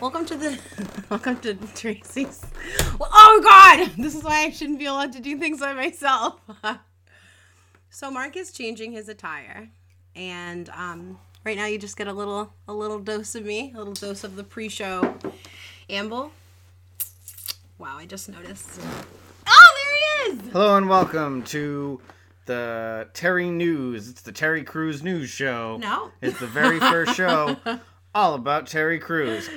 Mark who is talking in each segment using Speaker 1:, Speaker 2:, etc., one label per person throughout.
Speaker 1: Welcome to the welcome to Tracy's. Well, oh God, this is why I shouldn't be allowed to do things by myself. so Mark is changing his attire, and um, right now you just get a little a little dose of me, a little dose of the pre-show amble. Wow, I just noticed. Oh, there he is!
Speaker 2: Hello and welcome to the Uh, Terry News. It's the Terry Crews News Show.
Speaker 1: No.
Speaker 2: It's the very first show all about Terry Crews.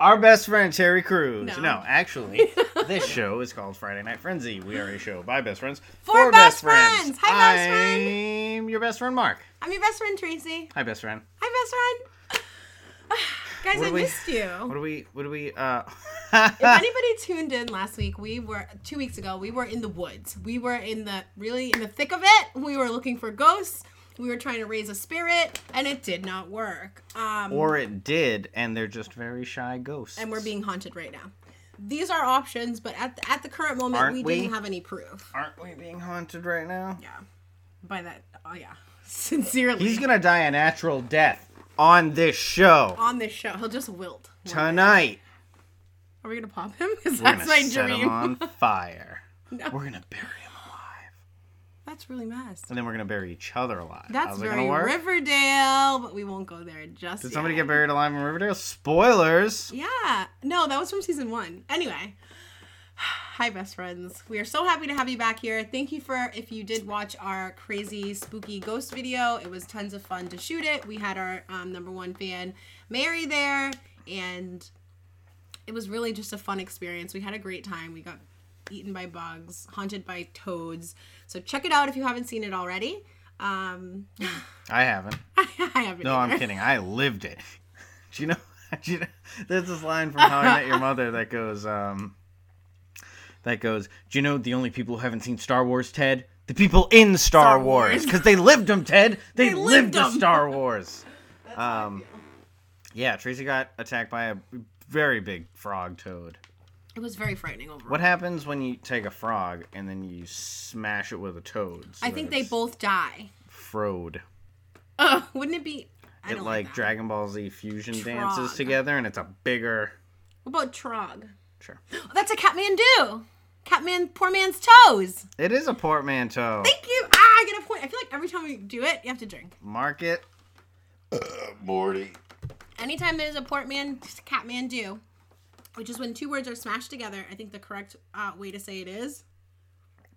Speaker 2: Our best friend, Terry Crews.
Speaker 1: No.
Speaker 2: No, actually, this show is called Friday Night Frenzy. We are a show by best friends
Speaker 1: For best friends. Hi, best friend.
Speaker 2: I'm your best friend, Mark.
Speaker 1: I'm your best friend, Tracy.
Speaker 2: Hi, best friend.
Speaker 1: Hi, best friend. Guys,
Speaker 2: What
Speaker 1: I
Speaker 2: do we-
Speaker 1: missed you.
Speaker 2: What do we, what do we, uh,
Speaker 1: if anybody tuned in last week, we were two weeks ago. We were in the woods. We were in the really in the thick of it. We were looking for ghosts. We were trying to raise a spirit, and it did not work. Um,
Speaker 2: or it did, and they're just very shy ghosts.
Speaker 1: and we're being haunted right now. These are options, but at the, at the current moment,
Speaker 2: Aren't
Speaker 1: we,
Speaker 2: we?
Speaker 1: didn't have any proof.
Speaker 2: Aren't we being haunted right now?
Speaker 1: Yeah, by that. Oh yeah, sincerely.
Speaker 2: He's gonna die a natural death on this show.
Speaker 1: on this show. He'll just wilt.
Speaker 2: Tonight,
Speaker 1: Are we gonna pop him? 'Cause
Speaker 2: we're gonna
Speaker 1: that's my
Speaker 2: set
Speaker 1: dream.
Speaker 2: him on fire. We're gonna bury him alive,
Speaker 1: That's really messed.
Speaker 2: and then we're gonna bury each other alive.
Speaker 1: That's
Speaker 2: How's it
Speaker 1: very
Speaker 2: gonna work?
Speaker 1: Riverdale, but we won't go there just.
Speaker 2: Did somebody
Speaker 1: yet.
Speaker 2: get buried alive in Riverdale? Spoilers.
Speaker 1: Yeah. No, that was from season one. Anyway. Hi, best friends. We are so happy to have you back here. Thank you for if you did watch our crazy, spooky ghost video. It was tons of fun to shoot it. We had our um, number one fan, Mary, there, and it was really just a fun experience. We had a great time. We got eaten by bugs, haunted by toads. So check it out if you haven't seen it already. Um,
Speaker 2: I haven't.
Speaker 1: I haven't.
Speaker 2: No, I'm
Speaker 1: either.
Speaker 2: kidding. I lived it. Do you know? Do you know there's this line from How I Met Your Mother that goes, um, that goes. Do you know the only people who haven't seen Star Wars, Ted? The people in Star,
Speaker 1: Star Wars.
Speaker 2: Wars, because they lived them, Ted. They,
Speaker 1: They
Speaker 2: lived,
Speaker 1: lived
Speaker 2: the
Speaker 1: 'em.
Speaker 2: Star Wars. um, yeah, Tracy got attacked by a very big frog toad.
Speaker 1: It was very frightening overall.
Speaker 2: What happens when you take a frog and then you smash it with a toad? so
Speaker 1: I
Speaker 2: that
Speaker 1: think they
Speaker 2: it's
Speaker 1: both die.
Speaker 2: frode.
Speaker 1: Uh, wouldn't it be? I
Speaker 2: It
Speaker 1: don't
Speaker 2: like
Speaker 1: that.
Speaker 2: Dragon Ball Z fusion dances
Speaker 1: Trog.
Speaker 2: together, and it's a bigger.
Speaker 1: What about Trog?
Speaker 2: Sure.
Speaker 1: Oh, that's a Catmandu. Catman, poor man's toes.
Speaker 2: It is a portmanteau.
Speaker 1: Thank you. Ah, I get a point. I feel like every time we do it, you have to drink.
Speaker 2: Mark it.
Speaker 3: Morty.
Speaker 1: Anytime there's a portman, just Catmandu, which is when two words are smashed together. I think the correct uh, way to say it is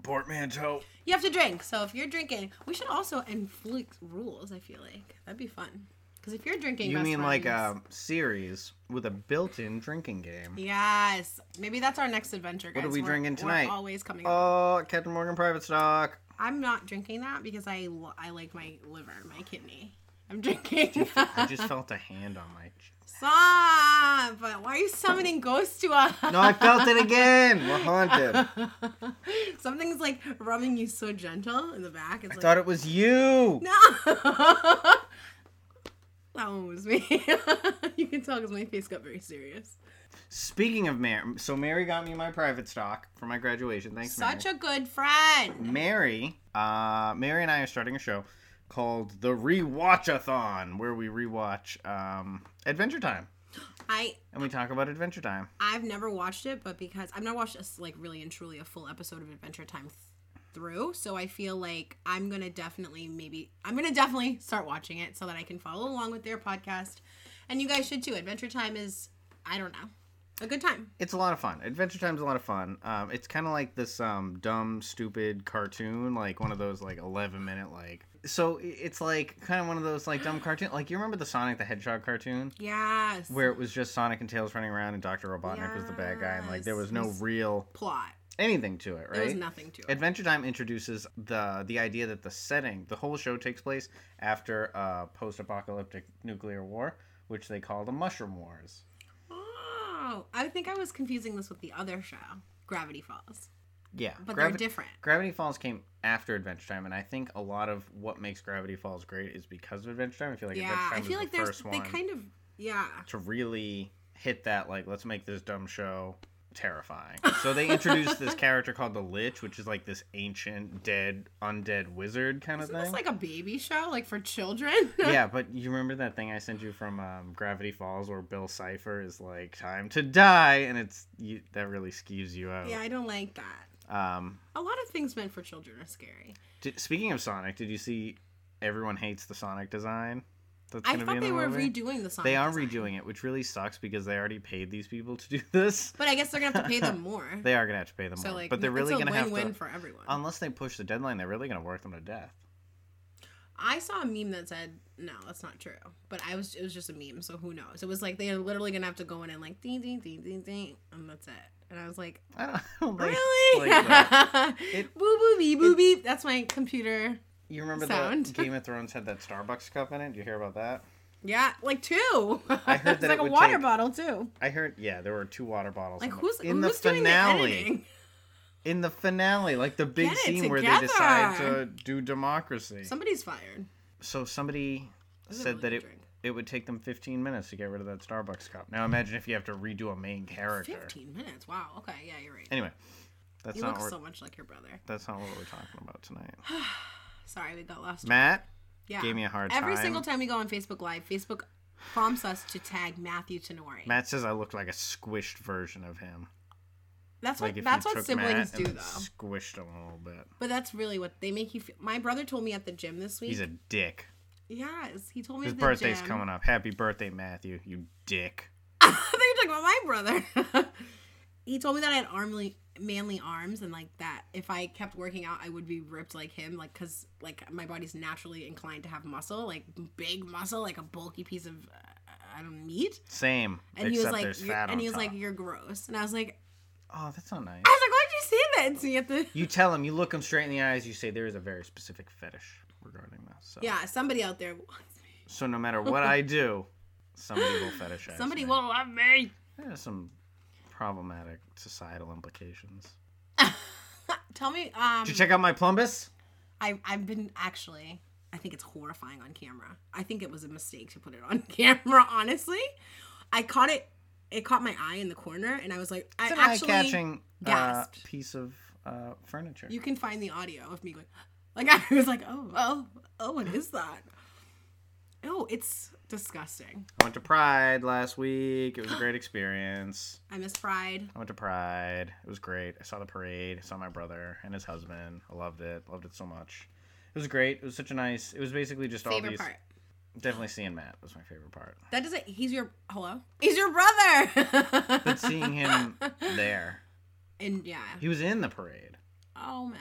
Speaker 2: Portmanteau.
Speaker 1: you have to drink. So if you're drinking, we should also inflict rules. I feel like that'd be fun. Because if you're drinking,
Speaker 2: You
Speaker 1: best
Speaker 2: mean like um,
Speaker 1: friends-
Speaker 2: a series with a built-in drinking game?
Speaker 1: Yes, maybe that's our next adventure, guys.
Speaker 2: are we
Speaker 1: We're-
Speaker 2: drinking
Speaker 1: we're
Speaker 2: tonight?
Speaker 1: always coming. up.
Speaker 2: Oh, Captain Morgan Private Stock.
Speaker 1: I'm not drinking that because I, l- I like my liver, my kidney. I'm drinking.
Speaker 2: I just felt a hand on my. ch-
Speaker 1: Stop! Why are you summoning ghosts to us?
Speaker 2: No, I felt it again. We're haunted. I
Speaker 1: Something's like rubbing you so gentle in the back. It's like,
Speaker 2: thought it was you.
Speaker 1: no! that one was me. you can tell because my face got very serious.
Speaker 2: Speaking of Mary, so Mary got me my private stock for my graduation. Thanks,
Speaker 1: Such a good friend.
Speaker 2: Mary. Mary, uh, Mary and I are starting a show called the Rewatchathon, where we rewatch um, Adventure Time,
Speaker 1: I
Speaker 2: and we talk about Adventure Time.
Speaker 1: I've never watched it, but because I've not watched a s like really and truly a full episode of Adventure Time th- through, so I feel like I'm gonna definitely maybe I'm gonna definitely start watching it so that I can follow along with their podcast, and you guys should too. Adventure Time is I don't know a good time.
Speaker 2: It's a lot of fun. Adventure Time's a lot of fun. Um, it's kind of like this um, dumb, stupid cartoon, like one of those like eleven minute like. So i- it's like kind of one of those like dumb cartoon. Like you remember the Sonic the Hedgehog cartoon?
Speaker 1: Yes.
Speaker 2: Where it was just Sonic and Tails running around, and Doctor Robotnik was the bad guy, and like there
Speaker 1: Yes.
Speaker 2: was no real
Speaker 1: plot?
Speaker 2: anything to it, right?
Speaker 1: There was nothing to it.
Speaker 2: Adventure Time introduces the the idea that the setting, the whole show takes place after a post-apocalyptic nuclear war, which they call the Mushroom Wars.
Speaker 1: Oh, I think I was confusing this with the other show, Gravity Falls,
Speaker 2: Yeah,
Speaker 1: but
Speaker 2: Gravi-
Speaker 1: they're different.
Speaker 2: Gravity Falls came after Adventure Time, and I think a lot of what makes Gravity Falls great is because of Adventure Time. I feel like
Speaker 1: Yeah,
Speaker 2: Adventure Time
Speaker 1: I
Speaker 2: was
Speaker 1: feel like
Speaker 2: the
Speaker 1: there's
Speaker 2: first
Speaker 1: they
Speaker 2: one
Speaker 1: kind of yeah.
Speaker 2: to really hit that like let's make this dumb show terrifying. So they introduced this character called the Lich, which is like this ancient dead undead wizard kind of
Speaker 1: Isn't this
Speaker 2: thing.
Speaker 1: like a baby show, like for children?
Speaker 2: yeah, but you remember that thing I sent you from um, Gravity Falls where Bill Cipher is like time to die and it's you, that really skews you out.
Speaker 1: yeah, I don't like that.
Speaker 2: Um
Speaker 1: A lot of things meant for children are scary.
Speaker 2: did, speaking of Sonic, did you see everyone hates the Sonic design? That's
Speaker 1: I
Speaker 2: gonna be
Speaker 1: thought
Speaker 2: in
Speaker 1: they
Speaker 2: the
Speaker 1: were
Speaker 2: movie?
Speaker 1: redoing the song.
Speaker 2: They are redoing it, which really sucks because they already paid these people to do this.
Speaker 1: But I guess they're gonna have to pay them more.
Speaker 2: They are gonna have to pay them
Speaker 1: so
Speaker 2: more,
Speaker 1: like,
Speaker 2: but they're really
Speaker 1: it's a
Speaker 2: gonna have
Speaker 1: win-win
Speaker 2: to.
Speaker 1: for everyone.
Speaker 2: unless they push the deadline, they're really gonna work them to death.
Speaker 1: I saw a meme that said, "No, that's not true." But I was it was just a meme, so who knows? It was like they are literally gonna have to go in and like ding ding ding ding ding, and that's it. And I was like,
Speaker 2: I don't, I don't think
Speaker 1: really?
Speaker 2: like uh, that. It-
Speaker 1: boo boo beep boo beep. That's my computer.
Speaker 2: You remember
Speaker 1: Sound.
Speaker 2: the Game of Thrones had that Starbucks cup in it? Did you hear about that?
Speaker 1: Yeah, like two.
Speaker 2: I heard
Speaker 1: it's
Speaker 2: that
Speaker 1: like
Speaker 2: it
Speaker 1: a
Speaker 2: would
Speaker 1: water
Speaker 2: take-
Speaker 1: bottle too.
Speaker 2: I heard. Yeah, there were two water bottles.
Speaker 1: Like
Speaker 2: in the-
Speaker 1: who's
Speaker 2: in
Speaker 1: who's
Speaker 2: the finale?
Speaker 1: Doing the editing?
Speaker 2: in the finale, like the big
Speaker 1: Get it
Speaker 2: scene where they
Speaker 1: together.
Speaker 2: decide to do democracy.
Speaker 1: Somebody's fired.
Speaker 2: so somebody
Speaker 1: This is a
Speaker 2: said
Speaker 1: really
Speaker 2: that
Speaker 1: good
Speaker 2: it
Speaker 1: drink.
Speaker 2: it would take them 15 minutes to get rid of that Starbucks cup. Now imagine if you have to redo a main character.
Speaker 1: Fifteen minutes. Wow. Okay. Yeah, you're right.
Speaker 2: Anyway, that's
Speaker 1: you
Speaker 2: not
Speaker 1: look
Speaker 2: what
Speaker 1: so much like your brother.
Speaker 2: that's not what we're talking about tonight.
Speaker 1: Sorry, we got lost.
Speaker 2: Matt,
Speaker 1: yeah.
Speaker 2: gave me a hard
Speaker 1: Every
Speaker 2: time.
Speaker 1: single time we go on Facebook Live, Facebook prompts us to tag Matthew Tenori.
Speaker 2: Matt says I look like a squished version of him.
Speaker 1: that's
Speaker 2: Like
Speaker 1: what
Speaker 2: if
Speaker 1: that's
Speaker 2: you
Speaker 1: what
Speaker 2: took
Speaker 1: siblings
Speaker 2: Matt
Speaker 1: do,
Speaker 2: and
Speaker 1: though.
Speaker 2: squished him a little bit.
Speaker 1: But that's really what they make you feel. My brother told me at the gym this week.
Speaker 2: He's a dick.
Speaker 1: yes, he told me
Speaker 2: His
Speaker 1: at the
Speaker 2: birthday's
Speaker 1: gym.
Speaker 2: coming up. Happy birthday, Matthew. You dick.
Speaker 1: I thought you were talking about my brother. he told me that I had armly, manly arms, and like that, if I kept working out, I would be ripped like him, like because like my body's naturally inclined to have muscle, like big muscle, like a bulky piece of uh, I don't meat.
Speaker 2: Same.
Speaker 1: And
Speaker 2: except
Speaker 1: he was like,
Speaker 2: there's
Speaker 1: "You're-"
Speaker 2: fat on
Speaker 1: and he was
Speaker 2: top.
Speaker 1: like, "You're gross," and I was like,
Speaker 2: oh, that's not nice.
Speaker 1: I was like, "Why'd you say that?" And so you have to.
Speaker 2: You tell him. You look him straight in the eyes. You say there is a very specific fetish regarding this. So,
Speaker 1: Yeah, somebody out there, wants me.
Speaker 2: so no matter what I do, somebody will fetishize.
Speaker 1: somebody
Speaker 2: me.
Speaker 1: will love me.
Speaker 2: There's some problematic societal implications.
Speaker 1: Tell me, um,
Speaker 2: Did you check out my plumbus?
Speaker 1: I, I've been actually, I think it's horrifying on camera. I think it was a mistake to put it on camera, honestly. I caught it, it caught my eye in the corner, and I was like, I
Speaker 2: It's an
Speaker 1: actually,
Speaker 2: eye-catching uh,
Speaker 1: gasped.
Speaker 2: piece of uh, furniture.
Speaker 1: you can find the audio of me going, like, I was like, oh, oh, oh, what is that? Oh, it's disgusting.
Speaker 2: I went to Pride last week. It was a great experience.
Speaker 1: I miss Pride.
Speaker 2: I went to Pride. It was great. I saw the parade. I saw my brother and his husband. I loved it. Loved it so much. It was great. It was such a nice. It was basically just all
Speaker 1: Favorite
Speaker 2: these.
Speaker 1: part.
Speaker 2: Definitely seeing Matt was my favorite part.
Speaker 1: That doesn't, he's your, hello? He's your brother!
Speaker 2: But seeing him there,
Speaker 1: And yeah.
Speaker 2: he was in the parade.
Speaker 1: Oh, Matt.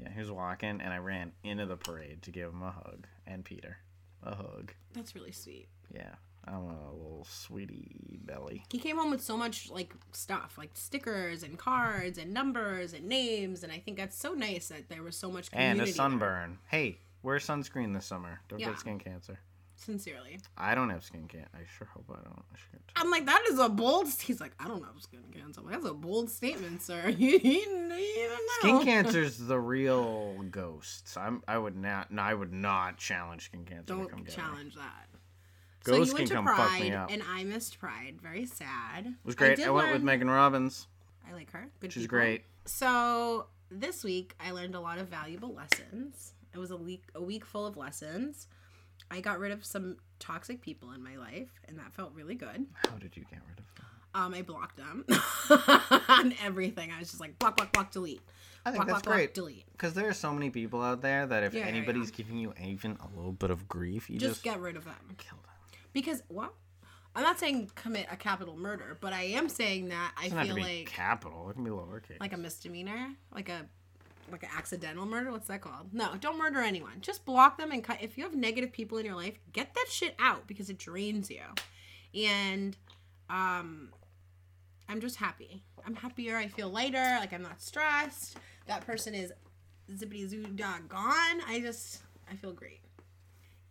Speaker 2: Yeah, he was walking, and I ran into the parade to give him a hug and Peter a hug.
Speaker 1: That's really sweet.
Speaker 2: Yeah, I'm a little sweetie belly.
Speaker 1: he came home with so much like stuff like stickers and cards and numbers and names and i think that's so nice that there was so much
Speaker 2: And
Speaker 1: community
Speaker 2: a sunburn. Hey, wear sunscreen this summer. Don't
Speaker 1: Yeah.
Speaker 2: get skin cancer.
Speaker 1: sincerely
Speaker 2: I don't have skin cancer. I sure hope I don't. I should get
Speaker 1: i'm like that is a bold st-" he's like i don't know if skin cancer I'm like, that's a bold statement sir you, didn't- you don't know
Speaker 2: Skin cancer's the real ghosts. I'm. I would not. No, I would not challenge skin cancer. to come
Speaker 1: don't
Speaker 2: get me.
Speaker 1: challenge that so
Speaker 2: Ghosts
Speaker 1: you
Speaker 2: can
Speaker 1: went to
Speaker 2: come fuck me
Speaker 1: pride
Speaker 2: up.
Speaker 1: and i missed pride very sad
Speaker 2: It was great.
Speaker 1: did
Speaker 2: I, went with
Speaker 1: learn-
Speaker 2: Megan Robbins.
Speaker 1: i like her Good
Speaker 2: She's
Speaker 1: people.
Speaker 2: great.
Speaker 1: So this week I learned a lot of valuable lessons. It was a week a week full of lessons. I got rid of some toxic people in my life, and that felt really good.
Speaker 2: How did you get rid of them?
Speaker 1: Um, I blocked them on everything. I was just like block, block, block, delete.
Speaker 2: I think
Speaker 1: Block,
Speaker 2: that's
Speaker 1: block,
Speaker 2: great.
Speaker 1: block, delete.
Speaker 2: Because there are so many people out there that if
Speaker 1: Yeah, yeah,
Speaker 2: anybody's giving you even a little bit of grief, you
Speaker 1: Just,
Speaker 2: just,
Speaker 1: get rid of them.
Speaker 2: kill them.
Speaker 1: Because what? I'm not saying commit a capital murder, but I am saying that I
Speaker 2: It doesn't have
Speaker 1: feel
Speaker 2: to be
Speaker 1: like
Speaker 2: capital. It can be lowercase.
Speaker 1: like a misdemeanor, like a like an accidental murder. What's that called? No, don't murder anyone. Just block them and cut. If you have negative people in your life, get that shit out because it drains you. And um, I'm just happy. I'm happier. I feel lighter. Like I'm not stressed. That person is zippity zoo doggone. I just I feel great.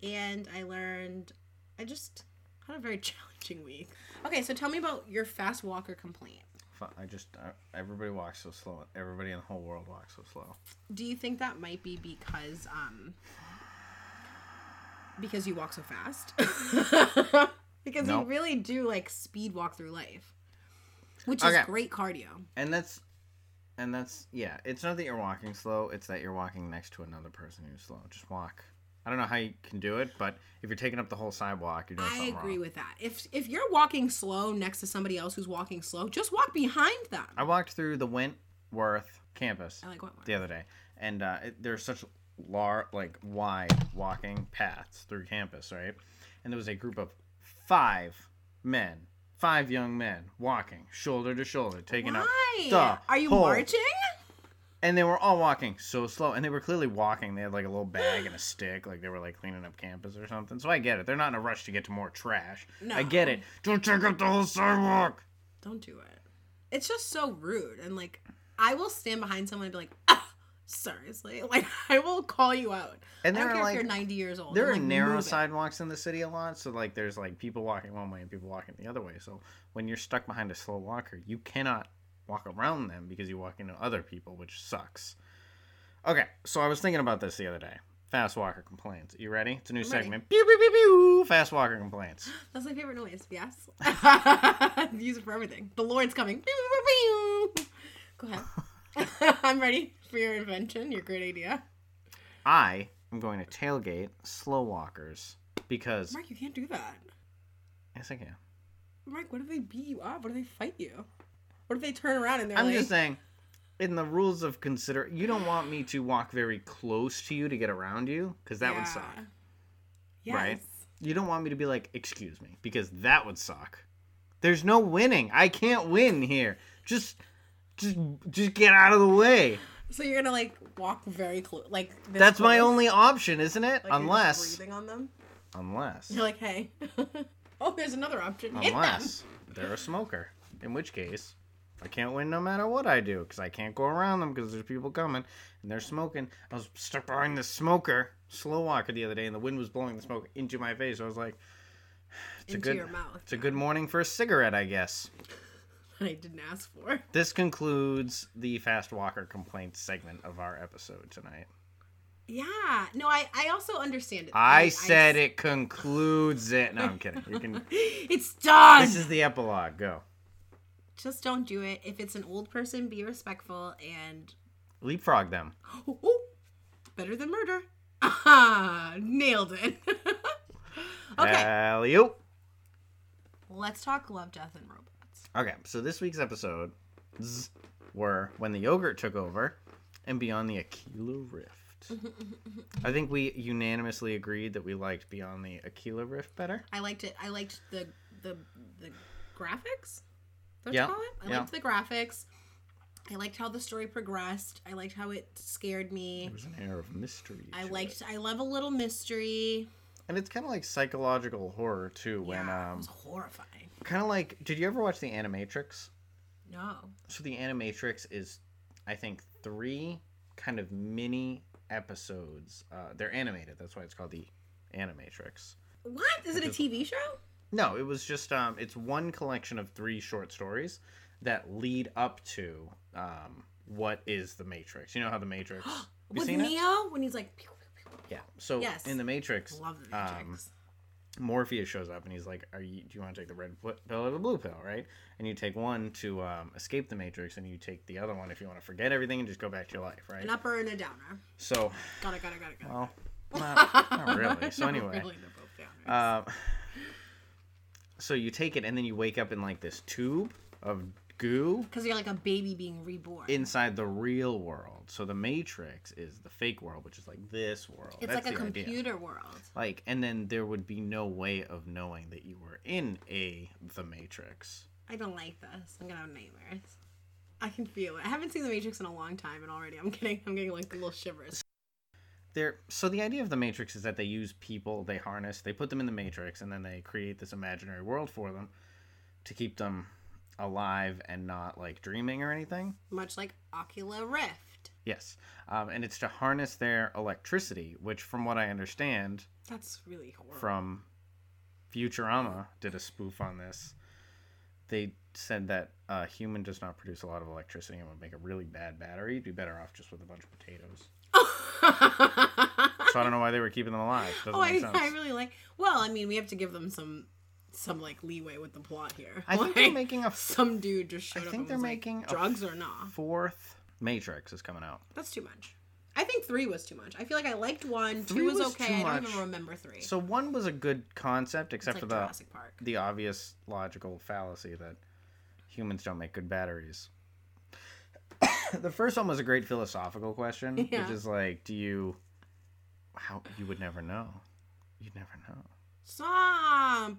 Speaker 1: And I learned. I just had a very challenging week. Okay, so tell me about your fast walker complaint.
Speaker 2: Fu- I just uh, everybody walks so slow. Everybody in the whole world walks so slow.
Speaker 1: Do you think that might be because um because you walk so fast? because
Speaker 2: No.
Speaker 1: you really do like speed walk through life. which
Speaker 2: Okay.
Speaker 1: is great cardio.
Speaker 2: And that's and that's yeah, it's not that you're walking slow, it's that you're walking next to another person who's slow. Just walk. I don't know how you can do it, but if you're taking up the whole sidewalk, you're doing
Speaker 1: I
Speaker 2: something
Speaker 1: agree
Speaker 2: wrong.
Speaker 1: with that. If if you're walking slow next to somebody else who's walking slow, just walk behind them.
Speaker 2: I walked through the Wentworth campus
Speaker 1: I like Wentworth.
Speaker 2: the other day, and uh, it, there's such lar- like wide walking paths through campus, right? And there was a group of five men, five young men walking shoulder to shoulder, taking up
Speaker 1: Why?
Speaker 2: the
Speaker 1: Are you
Speaker 2: whole-
Speaker 1: marching?
Speaker 2: And they were all walking so slow, and they were clearly walking. They had like a little bag and a stick, like they were like cleaning up campus or something. So I get it. They're not in a rush to get to more trash. I get it. Don't take up the whole sidewalk.
Speaker 1: Don't do it. It's just so rude. And like, I will stand behind someone and be like, ah, seriously, like I will call you out.
Speaker 2: And
Speaker 1: I
Speaker 2: there
Speaker 1: don't
Speaker 2: are,
Speaker 1: care
Speaker 2: like-
Speaker 1: if you're 90 years old.
Speaker 2: There
Speaker 1: I'm
Speaker 2: are
Speaker 1: like,
Speaker 2: narrow
Speaker 1: move it.
Speaker 2: sidewalks in the city a lot, so like there's like people walking one way and people walking the other way. So when you're stuck behind a slow walker, you cannot walk around them because you walk into other people, which sucks. Okay, so I was thinking about this the other day. Fast walker complaints. You ready? It's a new
Speaker 1: I'm ready.
Speaker 2: segment. Pew pew pew pew. Fast walker complaints.
Speaker 1: That's my favorite noise. Yes. Use it for everything. The Lord's coming. Go ahead. I'm ready for your invention, your great idea.
Speaker 2: I am going to tailgate slow walkers because
Speaker 1: Mark, you can't do that.
Speaker 2: yes, I can.
Speaker 1: Mark, what if they beat you up? What if they fight you? What if they turn around and they're
Speaker 2: I'm
Speaker 1: like,
Speaker 2: just saying, in the rules of consider, you don't want me to walk very close to you to get around you because that
Speaker 1: yeah.
Speaker 2: would suck.
Speaker 1: Yes.
Speaker 2: Right. You don't want me to be like, excuse me, because that would suck. There's no winning. I can't win here. Just, just, just get out of the way.
Speaker 1: So you're gonna like walk very close, like this
Speaker 2: That's my
Speaker 1: close?
Speaker 2: only option, isn't it?
Speaker 1: Like, you're just
Speaker 2: unless,
Speaker 1: breathing on them.
Speaker 2: unless,
Speaker 1: You're like, hey, oh, there's another option. Hit them.
Speaker 2: unless they're a smoker. In which case, I can't win no matter what I do because I can't go around them because there's people coming and they're smoking. I was stuck behind the smoker, slow walker, the other day, and the wind was blowing the smoke into my face. I was like, it's
Speaker 1: into
Speaker 2: a good,
Speaker 1: your mouth.
Speaker 2: it's a good morning for a cigarette, I guess.
Speaker 1: I didn't ask for.
Speaker 2: This concludes the fast walker complaints segment of our episode tonight.
Speaker 1: Yeah. No, I I also understand it.
Speaker 2: I said it concludes it. No, I'm kidding. You can.
Speaker 1: It's done.
Speaker 2: This is the epilogue. Go.
Speaker 1: Just don't do it. If it's an old person, be respectful and
Speaker 2: Leapfrog them.
Speaker 1: Ooh, ooh, better than murder. Ah, nailed it. okay,
Speaker 2: Alley-oop.
Speaker 1: let's talk love, death, and robots.
Speaker 2: Okay, so this week's episodes were when the yogurt took over and Beyond the Aquila Rift. I think we unanimously agreed that we liked Beyond the Aquila Rift better.
Speaker 1: I liked it. I liked the the the graphics. Is that what you
Speaker 2: Yeah,
Speaker 1: call it? I
Speaker 2: yeah.
Speaker 1: liked the graphics. I liked how the story progressed. I liked how it scared me.
Speaker 2: There was an air of mystery.
Speaker 1: I
Speaker 2: to
Speaker 1: liked. I love a little mystery.
Speaker 2: it. and it's kind of like psychological horror too. When
Speaker 1: yeah, it
Speaker 2: um,
Speaker 1: was horrifying.
Speaker 2: kind of like, did you ever watch the Animatrix?
Speaker 1: No.
Speaker 2: so the animatrix is i think three kind of mini episodes uh, they're animated that's why it's called the animatrix
Speaker 1: What is it? A TV show?
Speaker 2: no it was just um, it's one collection of three short stories that lead up to um, what is the matrix you know how the matrix Have you
Speaker 1: With
Speaker 2: seen it?
Speaker 1: Neo when he's like. pew, pew, pew.
Speaker 2: yeah so
Speaker 1: Yes.
Speaker 2: in the matrix
Speaker 1: Love the
Speaker 2: um,
Speaker 1: Matrix.
Speaker 2: Morpheus shows up and he's like, "Are you? Do you want to take the red pl- pill or the blue pill? Right?" And you take one to um, escape the Matrix, and you take the other one if you want to forget everything and just go back to your life, right?
Speaker 1: An upper and a downer.
Speaker 2: So,
Speaker 1: Got it. Got it. Got it. Got it.
Speaker 2: well, not, not really. So
Speaker 1: No,
Speaker 2: anyway,
Speaker 1: really, they're both downers.
Speaker 2: um, so you take it, and then you wake up in like this tube of goo
Speaker 1: Because you're like a baby being reborn.
Speaker 2: inside the real world. So the Matrix is the fake world, which is like this world.
Speaker 1: it's
Speaker 2: That's
Speaker 1: like a
Speaker 2: the idea.
Speaker 1: computer world.
Speaker 2: Like, and then there would be no way of knowing that you were in a the Matrix.
Speaker 1: I don't like this. I'm gonna have nightmares. I can feel it. I haven't seen The Matrix in a long time, and already I'm getting I'm getting like little shivers.
Speaker 2: They're, so the idea of the matrix is that they use people they harness they put them in the matrix and then they create this imaginary world for them to keep them alive and not like dreaming or anything
Speaker 1: Much like Ocula Rift.
Speaker 2: yes um, and it's to harness their electricity which from what i understand
Speaker 1: That's really horrible.
Speaker 2: from futurama did a spoof on this they said that a human does not produce a lot of electricity and would make a really bad battery you'd be better off just with a bunch of potatoes so i don't know why they were keeping them alive Doesn't
Speaker 1: oh,
Speaker 2: make
Speaker 1: I,
Speaker 2: sense.
Speaker 1: I really like. Well, I mean, we have to give them some some like leeway with the plot here.
Speaker 2: I think they're
Speaker 1: Like,
Speaker 2: making a f-
Speaker 1: some dude just
Speaker 2: I
Speaker 1: showed up.
Speaker 2: think
Speaker 1: and
Speaker 2: they're
Speaker 1: was
Speaker 2: making
Speaker 1: like,
Speaker 2: a
Speaker 1: drugs or not.
Speaker 2: fourth Matrix is coming out.
Speaker 1: That's too much. I think three was too much. I feel like I liked one.
Speaker 2: Three
Speaker 1: two was,
Speaker 2: was too
Speaker 1: okay. I don't
Speaker 2: much.
Speaker 1: even remember three.
Speaker 2: So one was a good concept,
Speaker 1: it's
Speaker 2: except
Speaker 1: like
Speaker 2: for the
Speaker 1: Jurassic Park.
Speaker 2: the obvious logical fallacy that humans don't make good batteries. the first one was a great philosophical question,
Speaker 1: Yeah.
Speaker 2: which is like, do you how you would never know. You'd never know.
Speaker 1: Stop.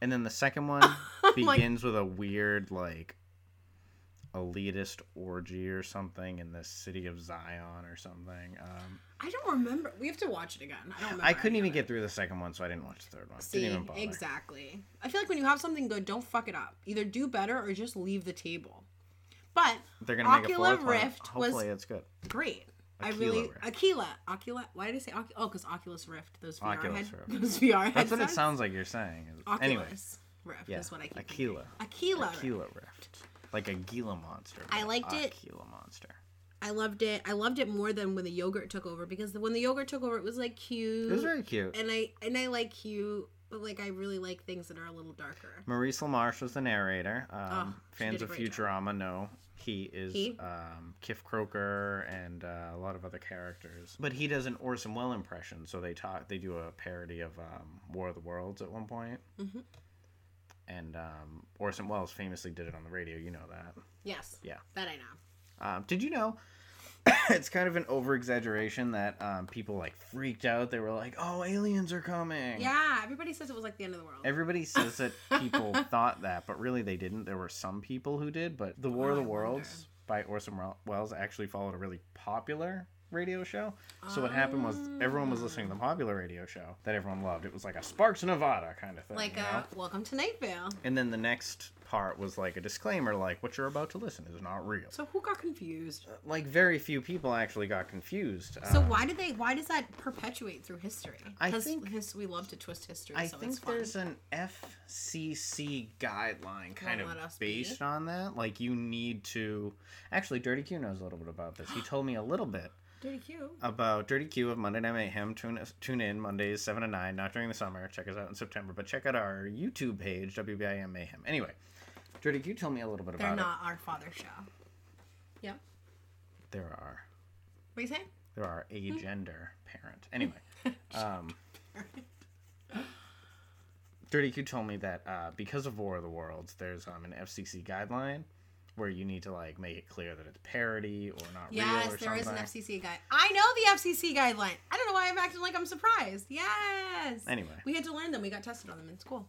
Speaker 2: And then the second one
Speaker 1: like-
Speaker 2: begins with a weird like elitist orgy or something in the city of Zion or something. Um,
Speaker 1: I don't remember. We have to watch it again. I don't remember.
Speaker 2: I couldn't
Speaker 1: any
Speaker 2: even
Speaker 1: of it.
Speaker 2: get through the second one, so I didn't watch the third one.
Speaker 1: See,
Speaker 2: didn't even bother.
Speaker 1: exactly. I feel like when you have something good, don't fuck it up. Either do better or just leave the table. But
Speaker 2: They're gonna make a
Speaker 1: Oculus
Speaker 2: fourth one.
Speaker 1: Rift was-
Speaker 2: Hopefully, it's good.
Speaker 1: great. I
Speaker 2: Aquila
Speaker 1: really
Speaker 2: Rift.
Speaker 1: Aquila, Aquila. Why did I say Ocu- oh? Because Oculus Rift, those VR
Speaker 2: Oculus
Speaker 1: head,
Speaker 2: Rift.
Speaker 1: those VR
Speaker 2: That's
Speaker 1: headsets.
Speaker 2: what it sounds like you're saying.
Speaker 1: Oculus
Speaker 2: Anyway,
Speaker 1: Rift
Speaker 2: yeah,
Speaker 1: is what I keep. thinking.
Speaker 2: Aquila.
Speaker 1: Aquila. Rift.
Speaker 2: Aquila Rift, like a Gila monster.
Speaker 1: I
Speaker 2: but
Speaker 1: liked it.
Speaker 2: Aquila monster.
Speaker 1: I loved it. I loved it more than when the yogurt took over because the, when the yogurt took over, it was like cute.
Speaker 2: It was very cute.
Speaker 1: and I and I like cute, but like I really like things that are a little darker.
Speaker 2: Maurice LaMarche was the narrator. Um,
Speaker 1: Oh, she
Speaker 2: fans
Speaker 1: did a
Speaker 2: of
Speaker 1: great job.
Speaker 2: Futurama know he is
Speaker 1: He?
Speaker 2: Um, Kif Croker and uh, a lot of other characters. But he does an Orson Welles impression, so they talk. They do a parody of um, War of the Worlds at one point.
Speaker 1: Mhm.
Speaker 2: And um, Orson Welles famously did it on the radio. You know that.
Speaker 1: Yes.
Speaker 2: Yeah.
Speaker 1: That I know.
Speaker 2: Um, did you know? it's kind of an over exaggeration that um, people like freaked out. They were like, "Oh, aliens are coming!"
Speaker 1: Yeah. Everybody says it was like the end of the world.
Speaker 2: Everybody says that people thought that, but really they didn't. There were some people who did, but The War of
Speaker 1: I
Speaker 2: the
Speaker 1: wonder.
Speaker 2: Worlds by Orson Wel- Welles actually followed a really popular radio show. So what happened was everyone was listening to the popular radio show that everyone loved. It was like a Sparks Nevada kind of thing.
Speaker 1: like
Speaker 2: you know?
Speaker 1: uh, welcome to Night Vale.
Speaker 2: And then the next part was like a disclaimer like what you're about to listen is not real.
Speaker 1: So who got confused?
Speaker 2: like very few people actually got confused.
Speaker 1: So
Speaker 2: Um,
Speaker 1: why did they? Why does that perpetuate through history?
Speaker 2: I
Speaker 1: Because
Speaker 2: think-
Speaker 1: his, we love to twist history.
Speaker 2: I
Speaker 1: so it's
Speaker 2: think
Speaker 1: fun.
Speaker 2: there's an FCC guideline kind
Speaker 1: let us
Speaker 2: of
Speaker 1: be.
Speaker 2: based on that. Like you need to actually Dirty Q knows a little bit about this. He told me a little bit
Speaker 1: Dirty Q.
Speaker 2: about Dirty Q of Monday Night Mayhem. Tune tune in Mondays seven to nine. Not during the summer. Check us out in September, but check out our YouTube page WBIM Mayhem. Anyway, Dirty Q told me a little bit
Speaker 1: They're
Speaker 2: about
Speaker 1: not our father show. Yep.
Speaker 2: it. There are
Speaker 1: What you say?
Speaker 2: there are
Speaker 1: Hmm.
Speaker 2: a gender parent. Anyway, um, Dirty Q told me that uh, because of War of the Worlds, there's um, an FCC guideline where you need to like make it clear that it's parody or not
Speaker 1: Yes,
Speaker 2: real or
Speaker 1: there
Speaker 2: something.
Speaker 1: is an FCC guide. I know the FCC guideline. I don't know why I'm acting like I'm surprised. Yes.
Speaker 2: Anyway.
Speaker 1: we had to learn them. We got tested on them in school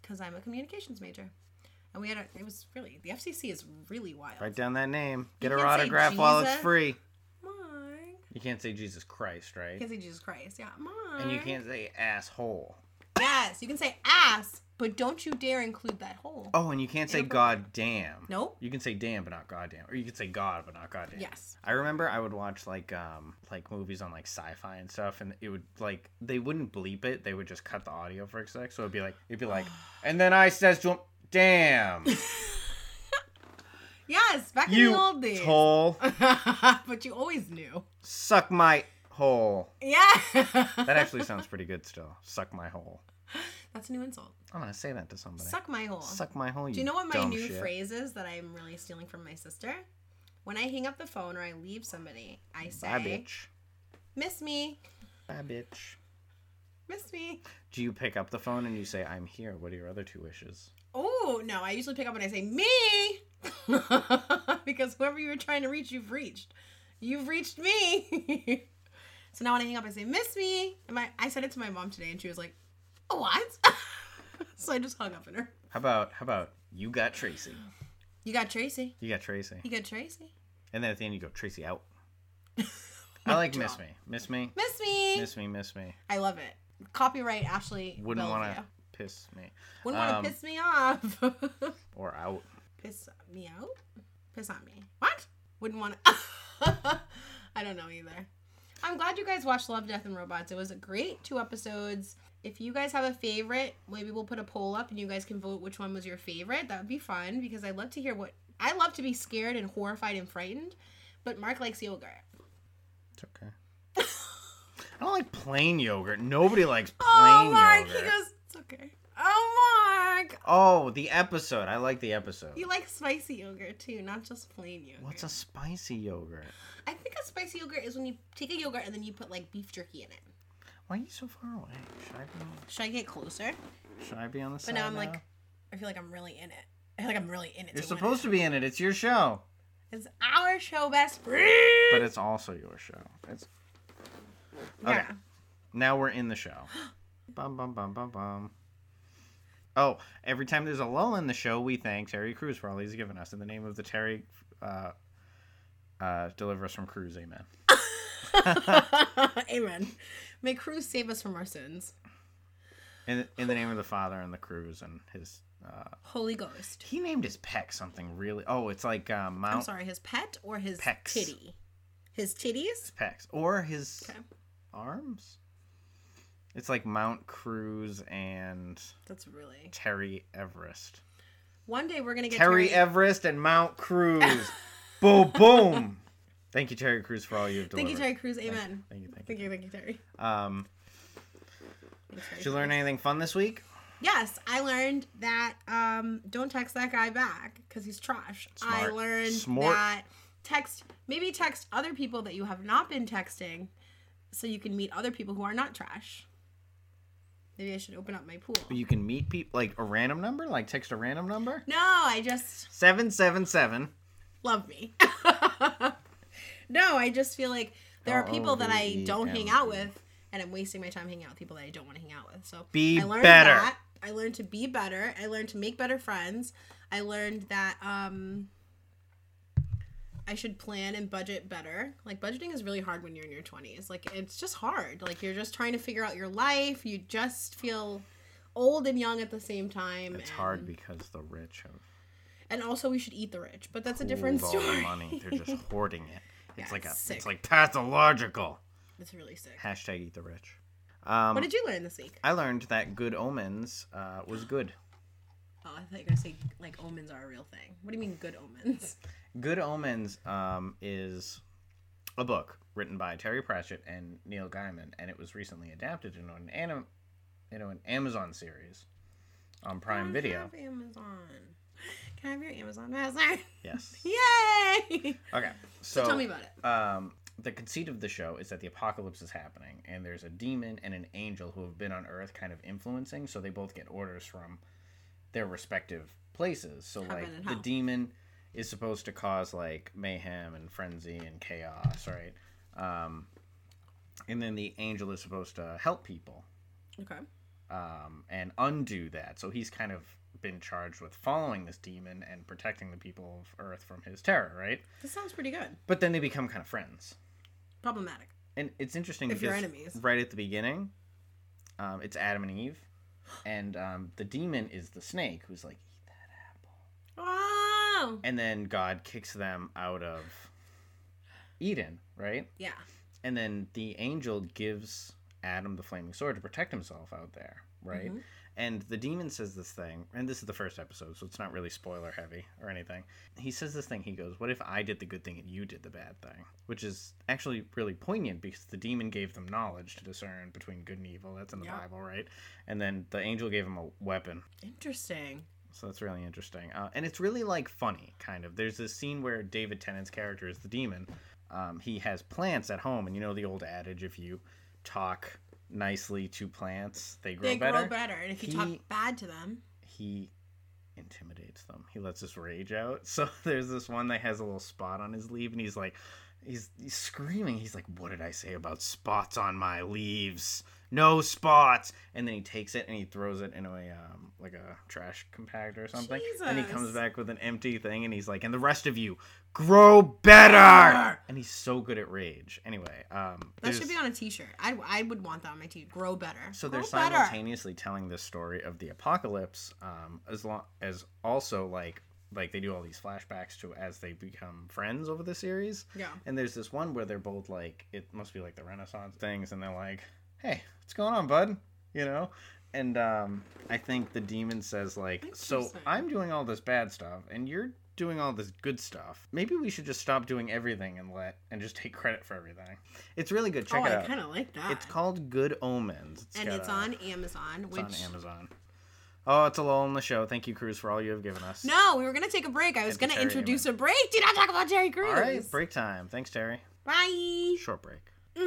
Speaker 1: because I'm a communications major, and we had a, it was really the FCC is really wild.
Speaker 2: Write down that name. Get her
Speaker 1: can't say
Speaker 2: autograph while it's
Speaker 1: Jesus.
Speaker 2: free.
Speaker 1: Mike,
Speaker 2: You can't say Jesus Christ, right?
Speaker 1: you can say Jesus Christ. Yeah, Mike.
Speaker 2: and you can't say asshole.
Speaker 1: Yes, you can say ass, but don't you dare include that hole.
Speaker 2: Oh, and you can't say
Speaker 1: It'll-
Speaker 2: God damn.
Speaker 1: Nope.
Speaker 2: You can say damn, but not goddamn, or you can say God, but not goddamn.
Speaker 1: Yes.
Speaker 2: I remember I would watch like um like movies on like sci-fi and stuff, and it would like they wouldn't bleep it; they would just cut the audio for a sec. So it'd be like it'd be like, and then I says to him, "Damn,
Speaker 1: Yes, back in the
Speaker 2: you
Speaker 1: old days.
Speaker 2: toll,
Speaker 1: but you always knew.
Speaker 2: suck my hole."
Speaker 1: Yeah.
Speaker 2: That actually sounds pretty good still. Suck my hole.
Speaker 1: That's a new insult.
Speaker 2: I'm gonna say that to somebody.
Speaker 1: Suck my hole.
Speaker 2: Suck my hole. You
Speaker 1: Do you know what my
Speaker 2: dumb
Speaker 1: new
Speaker 2: shit.
Speaker 1: phrase is that I'm really stealing from my sister? When I hang up the phone or I leave somebody, I say,
Speaker 2: Bye, bitch.
Speaker 1: "Miss me,
Speaker 2: Bye, bitch.
Speaker 1: miss me."
Speaker 2: Do you pick up the phone and you say, "I'm here"? What are your other two wishes?
Speaker 1: Oh no, I usually pick up and I say, "Me," because whoever you were trying to reach, you've reached. You've reached me. so now when I hang up, I say, "Miss me." And my I said it to my mom today, and she was like, "What?" so I just hung up on her.
Speaker 2: How about how about you got Tracy?
Speaker 1: You got Tracy.
Speaker 2: You got Tracy.
Speaker 1: You got Tracy.
Speaker 2: And then at the end, you go Tracy out. I like Miss Me. Miss Me.
Speaker 1: Miss Oh, me.
Speaker 2: Miss Me. Miss Me.
Speaker 1: I love it. Copyright Ashley.
Speaker 2: Wouldn't want
Speaker 1: Bellevue.
Speaker 2: to piss me
Speaker 1: Wouldn't want to
Speaker 2: Um,
Speaker 1: piss me off.
Speaker 2: or out.
Speaker 1: piss me out? Piss on me. What? Wouldn't want to. I don't know either. I'm glad you guys watched Love, Death, and Robots. It was a great two episodes. If you guys have a favorite, maybe we'll put a poll up and you guys can vote which one was your favorite. That would be fun because I love to hear what. I love to be scared and horrified and frightened, but Mark likes yogurt.
Speaker 2: It's okay. I don't like plain yogurt. Nobody likes plain
Speaker 1: Oh, Mark!
Speaker 2: yogurt.
Speaker 1: He goes, it's okay. Oh, Mark.
Speaker 2: Oh, the episode. I like the episode.
Speaker 1: You like spicy yogurt too, not just plain yogurt.
Speaker 2: What's a spicy yogurt?
Speaker 1: I think a spicy yogurt is when you take a yogurt and then you put like beef jerky in it.
Speaker 2: Why are you so far away? Should I be on,
Speaker 1: Should I get closer?
Speaker 2: should I be on the side?
Speaker 1: But now I'm like, I feel like I'm really in it. I feel like I'm really in it.
Speaker 2: You're
Speaker 1: to win
Speaker 2: supposed to be in it. It's your show.
Speaker 1: it. It's our show, best friend.
Speaker 2: But it's also your show. It's okay.
Speaker 1: Yeah.
Speaker 2: Now we're in the show. bum bum bum bum bum. Oh, every time there's a lull in the show, we thank Terry Crews for all he's given us. In the name of the Terry, uh, uh, deliver us from Crews, amen.
Speaker 1: Amen. May Cruz save us from our sins.
Speaker 2: In, in the name of the Father and the Crews and his. Uh,
Speaker 1: Holy Ghost.
Speaker 2: he named his peck something really. Oh, it's like uh, Mount.
Speaker 1: I'm sorry, his pet or his
Speaker 2: Pecs.
Speaker 1: titty? His titties?
Speaker 2: pecs or his
Speaker 1: Okay.
Speaker 2: arms. It's like Mount Cruz and
Speaker 1: That's really.
Speaker 2: Terry Everest.
Speaker 1: One day we're going to get
Speaker 2: Terry Everest and Mount Cruz. boom, boom. Thank you, Terry Cruz, for all you've delivered.
Speaker 1: Thank you, Terry Cruz. Amen.
Speaker 2: Thank you, thank you.
Speaker 1: Thank you, thank you, Terry.
Speaker 2: Um,
Speaker 1: Thanks,
Speaker 2: did
Speaker 1: Terry.
Speaker 2: you learn anything fun this week?
Speaker 1: Yes, I learned that um, don't text that guy back because he's trash. I
Speaker 2: Smart.
Speaker 1: learned
Speaker 2: Smart.
Speaker 1: that text, maybe text other people that you have not been texting so you can meet other people who are not trash. Maybe I should open up my pool.
Speaker 2: You can meet people, like a random number, like text a random number.
Speaker 1: No, I just
Speaker 2: 777.
Speaker 1: love me. no, I just feel like there are people that
Speaker 2: Oh,
Speaker 1: I don't hang out with, and I'm wasting my time hanging out with people that I don't want to hang out with. So
Speaker 2: Be
Speaker 1: I learned
Speaker 2: better.
Speaker 1: That. I learned to be better. I learned to make better friends. I learned that um, I should plan and budget better. Like budgeting is really hard when you're in your 20s. Like it's just hard. Like you're just trying to figure out your life. You just feel old and young at the same time.
Speaker 2: It's
Speaker 1: and,
Speaker 2: hard because the rich have
Speaker 1: And also, we should eat the rich, but that's a different
Speaker 2: pooled all
Speaker 1: story.
Speaker 2: the money. They're just hoarding it. It's
Speaker 1: Yeah,
Speaker 2: like a,
Speaker 1: it's sick.
Speaker 2: it's like pathological.
Speaker 1: It's really sick.
Speaker 2: Hashtag eat the rich. Um,
Speaker 1: What did you learn this week?
Speaker 2: I learned that good omens uh, was good.
Speaker 1: Oh, I thought you were gonna say like omens are a real thing. What do you mean good omens?
Speaker 2: Good Omens um, is a book written by Terry Pratchett and Neil Gaiman, and it was recently adapted into an anim- into an Amazon series on Prime
Speaker 1: I
Speaker 2: Video.
Speaker 1: have Amazon. Can I have your Amazon password?
Speaker 2: Yes.
Speaker 1: Yay!
Speaker 2: Okay. So,
Speaker 1: Tell me about it.
Speaker 2: Um, the conceit of the show is that the apocalypse is happening, and there's a demon and an angel who have been on Earth, kind of influencing. So they both get orders from their respective places. So
Speaker 1: Heaven
Speaker 2: like
Speaker 1: and
Speaker 2: the
Speaker 1: hell.
Speaker 2: demon is supposed to cause like mayhem and frenzy and chaos, right? Um, and then the angel is supposed to help people
Speaker 1: Okay.
Speaker 2: um, and undo that. So he's kind of been charged with following this demon and protecting the people of Earth from his terror, right?
Speaker 1: This sounds pretty good.
Speaker 2: But then they become kind of friends
Speaker 1: Problematic.
Speaker 2: and it's interesting
Speaker 1: If you're
Speaker 2: because
Speaker 1: enemies.
Speaker 2: right at the beginning, um, it's Adam and Eve, and um, the demon is the snake who's like, "Eat that apple,"
Speaker 1: Oh.
Speaker 2: and then God kicks them out of Eden, right?
Speaker 1: Yeah.
Speaker 2: And then the angel gives Adam the flaming sword to protect himself out there, right?
Speaker 1: Mhm.
Speaker 2: And the demon says this thing, and this is the first episode, so it's not really spoiler heavy or anything. He says this thing, he goes, What if I did the good thing and you did the bad thing? Which is actually really poignant because the demon gave them knowledge to discern between good and evil. That's in the
Speaker 1: Yeah.
Speaker 2: Bible, right? And then the angel gave him a weapon.
Speaker 1: Interesting.
Speaker 2: So that's really interesting. Uh, and it's really like funny, kind of. There's this scene where David Tennant's character is the demon. Um, he has plants at home, and you know the old adage if you talk nicely to plants, they grow
Speaker 1: they
Speaker 2: better.
Speaker 1: grow better, and if you
Speaker 2: He-
Speaker 1: talk bad to them,
Speaker 2: He intimidates them, he lets his rage out. So there's this one that has a little spot on his leaf, and he's like, he's, he's screaming. He's like, What did I say about spots on my leaves? No spots, and then he takes it and he throws it in a um, like a trash compactor or something. And he comes
Speaker 1: Jesus.
Speaker 2: back with an empty thing, and he's like, "And the rest of you, grow better." And he's so good at rage. Anyway, um,
Speaker 1: that
Speaker 2: there's-
Speaker 1: should be on a T-shirt. I, I would want that on my T. Grow better.
Speaker 2: so
Speaker 1: grow
Speaker 2: they're simultaneously telling this story of the apocalypse, um, as long as also like like they do all these flashbacks to as they become friends over the series.
Speaker 1: Yeah.
Speaker 2: And there's this one where they're both like, it must be like the Renaissance things, and they're like, "Hey, what's going on, bud?" You know. And um, I think the demon says like, "So
Speaker 1: Interesting.
Speaker 2: I'm doing all this bad stuff, and you're doing all this good stuff. Maybe we should just stop doing everything and let and just take credit for everything." It's really good. Check
Speaker 1: oh,
Speaker 2: it
Speaker 1: I
Speaker 2: out.
Speaker 1: kind of like that.
Speaker 2: It's called Good Omens.
Speaker 1: and
Speaker 2: got
Speaker 1: it's
Speaker 2: a-
Speaker 1: on Amazon, which
Speaker 2: it's on Amazon. Oh, it's a lull in the show. Thank you, Cruz, for all you have given us.
Speaker 1: No, we were gonna take a break. I was
Speaker 2: Had to
Speaker 1: gonna
Speaker 2: Terry
Speaker 1: introduce a break. Do not talk about Terry Crews.
Speaker 2: All right, break time. Thanks, Terry.
Speaker 1: Bye. Mm,
Speaker 2: Short break.